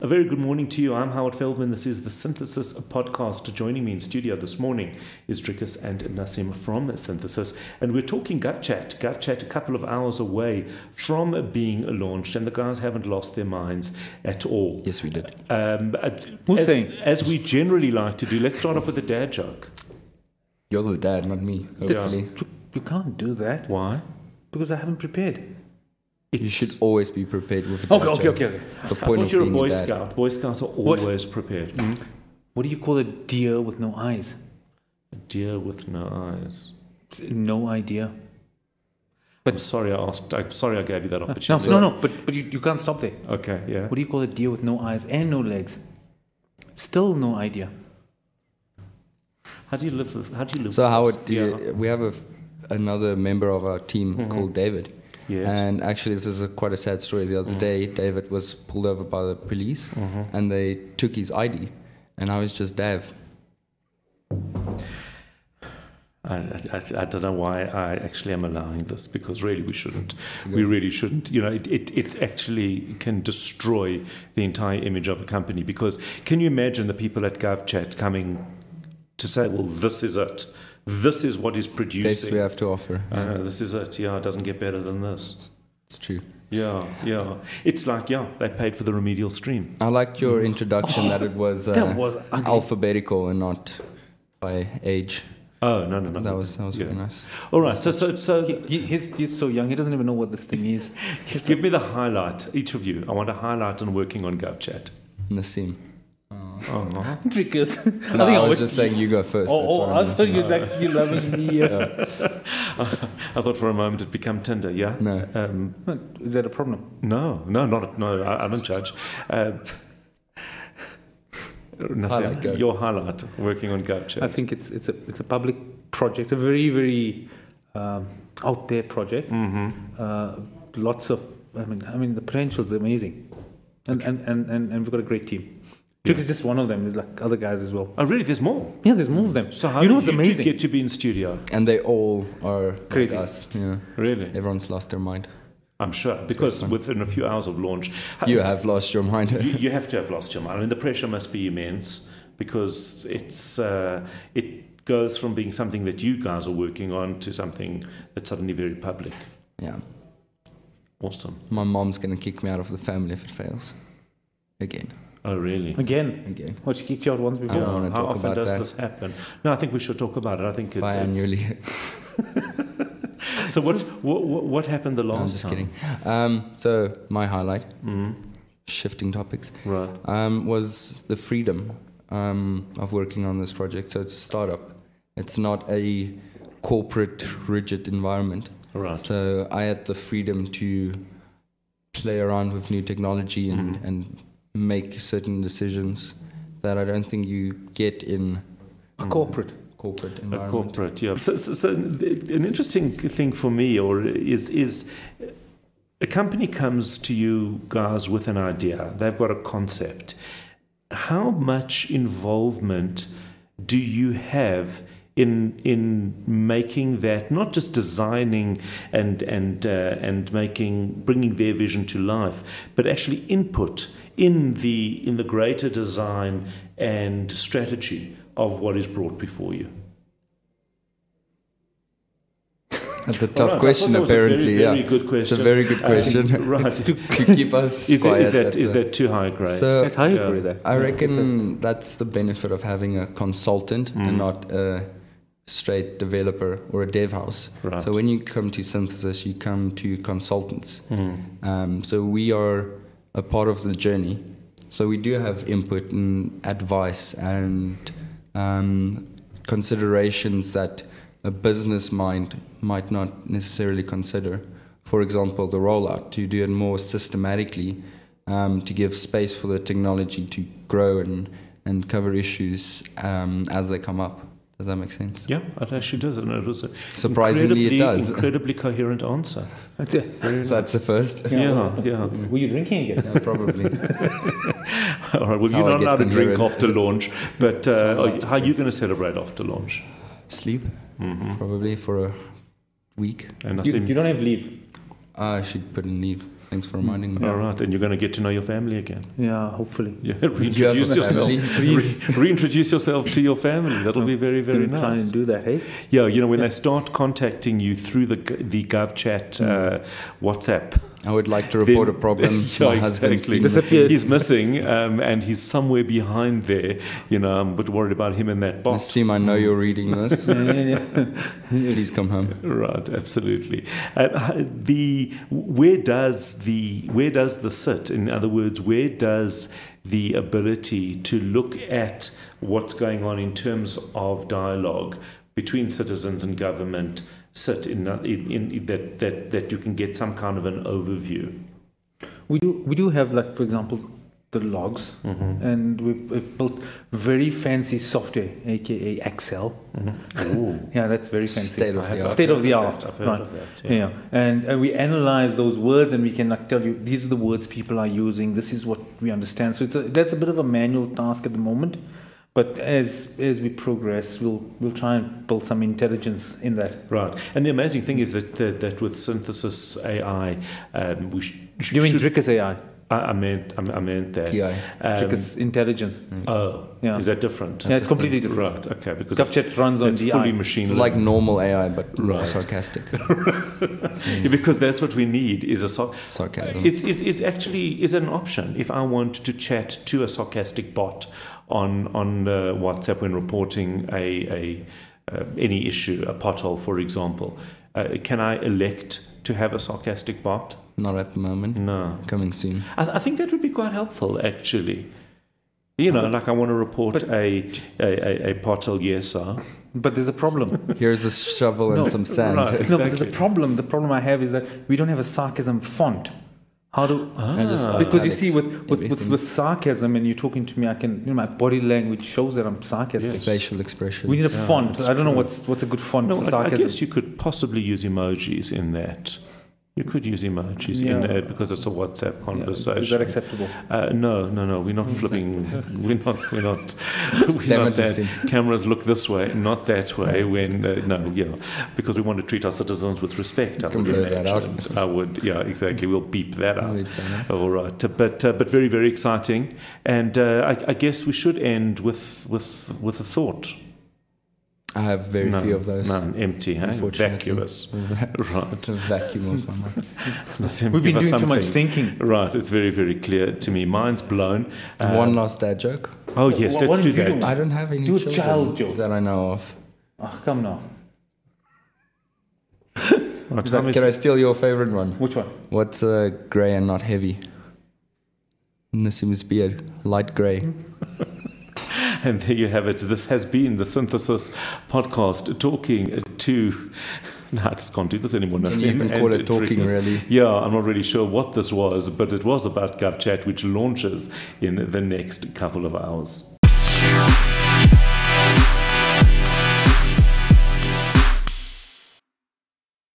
A very good morning to you. I'm Howard Feldman. This is the Synthesis podcast. Joining me in studio this morning is Drickus and Nassim from Synthesis, and we're talking GovChat. GovChat, a couple of hours away from being launched, and the guys haven't lost their minds at all. Yes, we did. Um, uh, Who's as, saying? as we generally like to do, let's start off with a dad joke. You're the dad, not me. Hopefully. You can't do that Why? because I haven't prepared. You It's- should always be prepared with a dad Okay, okay, joke. okay, okay. It's the I point thought of you were a being Boy a dad. Mm. Scout. Boy Scouts are What? always prepared. What do you call a deer with no eyes? Deer with no eyes. It's no idea. I'm sorry I asked. I'm sorry I gave you that Uh, No, opportunity. no, no. But but you, you can't stop there. Okay, yeah. What do you call a deer with no eyes and no legs? Still no idea. How do you live? With, how do you live? So with Howard, this? do you, we have a f another member of our team called David, Yes. and actually this is a, quite a sad story. The other day, David was pulled over by the police, and they took his ID, and I was just Dav. I, I, I- I don't know why I actually am allowing this because really we shouldn't. We really shouldn't. You know, it, it, it actually can destroy the entire image of a company because can you imagine the people at GovChat coming to say, well, this is it. This is what is Best we producing. have to offer. Uh, this is it. Yeah, it doesn't get better than this. It's true. Yeah, yeah. It's like, yeah, they paid for the remedial stream. I liked your introduction that it was, uh, that was ugly. alphabetical and not by age. Oh, no, no, no. That was that was very Yeah. nice. All right, so, so, so He, he- he's, he's so young. He doesn't even know what this thing is. Just give me the highlight, each of you. I want a highlight on working on GovChat. Nassim. Uh-huh. Trickers. I think No, I, always- was just saying you go first. Oh, that's oh what I I meant. thought you like you love engineer. I thought for a moment it'd become Tinder, yeah? No. Um, Is that a problem? no, no, not, no, I, I don't judge. Uh, Nassim, Highlight, go. your highlight working on GovChat. I think it's it's a it's a public project, a very very um, out there project. Mm-hmm. Uh, lots of I mean I mean the potential is amazing, and and, and, and and we've got a great team. Trick is just one of them. There's like other guys as well. oh, really? There's more. Yeah, there's more of them. So how you know did what's you two amazing? get to be in studio? And they all are Crazy. Like us. Yeah. Really? Everyone's lost their mind. I'm sure, because within a few hours of launch, You have lost your mind. you have to have lost your mind. I mean, the pressure must be immense because it's uh, it goes from being something that you guys are working on to something that's suddenly very public. yeah. Awesome. My mom's gonna kick me out of the family if it fails. Again. Oh, really? again. Again. What she kicked you out once before. I don't wanna How talk often about does that. this happen? No, I think we should talk about it. I think it's, uh, Biannually. so. What, what what happened the last I'm just time? Mm-hmm. kidding. Um, so my highlight, shifting topics, Right. um, was the freedom um, of working on this project. So it's a startup. It's not a corporate rigid environment. Right. So I had the freedom to play around with new technology and, Mm-hmm. and make certain decisions that I don't think you get in Mm, A corporate. corporate A environment. corporate, yeah. So, so, so th- an interesting thing for me, or is is a company comes to you guys with an idea. They've got a concept. How much involvement do you have in in making that not just designing and and uh, and making bringing their vision to life, but actually input in the in the greater design and strategy of what is brought before you? That's a All tough right, question, I thought that was a apparently. very, very yeah, good it's a question. very good Uh, question. right. to keep us Is that, quiet. is, that, that's is a- that too high grade? so That's how you Yeah. agree there. I reckon that's the benefit of having a consultant Mm. and not a straight developer or a dev house. Right. So when you come to synthesis, you come to consultants. Mm. Um, so we are a part of the journey. So we do have input and advice and um, considerations that a business mind might not necessarily consider. For example, the rollout to do it more systematically, um, to give space for the technology to grow and and cover issues um, as they come up. Does that make sense? yeah, it actually does. And it was a Surprisingly, it incredibly- does. Incredibly coherent answer. That's it. That's the first. Yeah, yeah. Were you drinking again? Yeah, probably. All right. Well, how you're I not get allowed to drink coherent. after launch, but uh, are you- how are you going to celebrate after launch? Sleep, probably for a week. And I You, think you don't have leave. Ah, I should put in leave. Thanks for reminding me. All right, and you're going to get to know your family again. Yeah, hopefully. Yeah, You have a reintroduce yourself. family. Re- reintroduce yourself to your family. That'll be very, very Gonna try and nice. do that, hey? Yeah, you know when they start contacting you through the g- the GovChat Mm. uh, WhatsApp, I would like to report Then- a problem. Yeah, My husband's exactly. been Disappeared. missing. he's missing, um, and he's somewhere behind there. You know, I'm a bit worried about him and that I box. assume I know you're reading this. Yeah, yeah, yeah. Please come home. Right, absolutely. Uh, h- the where does the where does the sit? In other words, where does the ability to look at what's going on in terms of dialogue between citizens and government sit in, that- in, in that, that that you can get some kind of an overview? We do we do have like for example the logs Mm-hmm. and we've, we've built very fancy software, aka Excel. Ooh. Yeah, that's very fancy. State of I the have- art. State of the I've heard art, that, I've heard right. of that, Yeah. And, and we analyze those words and we can like tell you these are the words people are using. This is what we understand. So it's a, that's a bit of a manual task at the moment, but as as we progress, we'll we'll try and build some intelligence in that. Right, and the amazing thing is that that, that with synthesis AI, um, we sh- sh- You mean should- Um, Drickus AI, I, I meant I, I meant that. PI. Um, Drickus intelligence? Oh, Yeah. is that different? yeah, it's completely different. Right, okay, because it's, GovChat runs on it's fully DI. machine It's like normal AI, but more Right. sarcastic. learning. because that's what we need is a so- Sarcasm. it's, it's, it's actually is an option if I want to chat to a sarcastic bot on on uh, WhatsApp when reporting a, a uh, any issue a pothole for example uh, can I elect to have a sarcastic bot Not at the moment. no Coming soon. I, I think that would be quite helpful actually you know like I want to report a, a, a, a pothole yes sir But there's a problem. Here's a shovel and No, some sand. right. No, because the Exactly. problem the problem I have is that we don't have a sarcasm font. How do And just Ah. because you italics, see with with, with everything. with sarcasm and you're talking to me, I can you know, my body language shows that I'm sarcastic. facial expression. We need a Yeah, font. that's I don't know true. what's what's a good font No, for I, I sarcasm. guess you could possibly use emojis in that. You could use emojis in Yeah. that because it's a WhatsApp Yeah, is- conversation. Is that acceptable? uh, no, no, no. We're not flipping. we're not. We're not. We're not that. Democracy. Cameras look this way, not that way. When uh, no, yeah, because we want to treat our citizens with respect. I Can would blur that out. imagine. I would. Yeah, exactly. We'll beep that out. We'll beep Ah. that out. All right, but uh, but very very exciting, and uh, I, I guess we should end with with with a thought. I have very none, few of those. None empty, hey? Unfortunately. vacuous. right. It's a vacuum of my mind. We've been doing too much thinking. Right, it's very, very clear to me. Mind's blown. Uh, One last dad joke. Oh, yes, Wha- let's what do did you that. do? I don't have any Do a children child joke. that I know of. Ah, come now. Right, time is- Can I steal your favorite one? Which one? What's uh, grey and not heavy? Nassim's beard, light grey. and there you have it. This has been the Synthesis podcast talking to. No, I just can't do this anymore. Can Nassim you even call and it talking, Drickus. really? Yeah, I'm not really sure what this was, but it was about GovChat, which launches in the next couple of hours.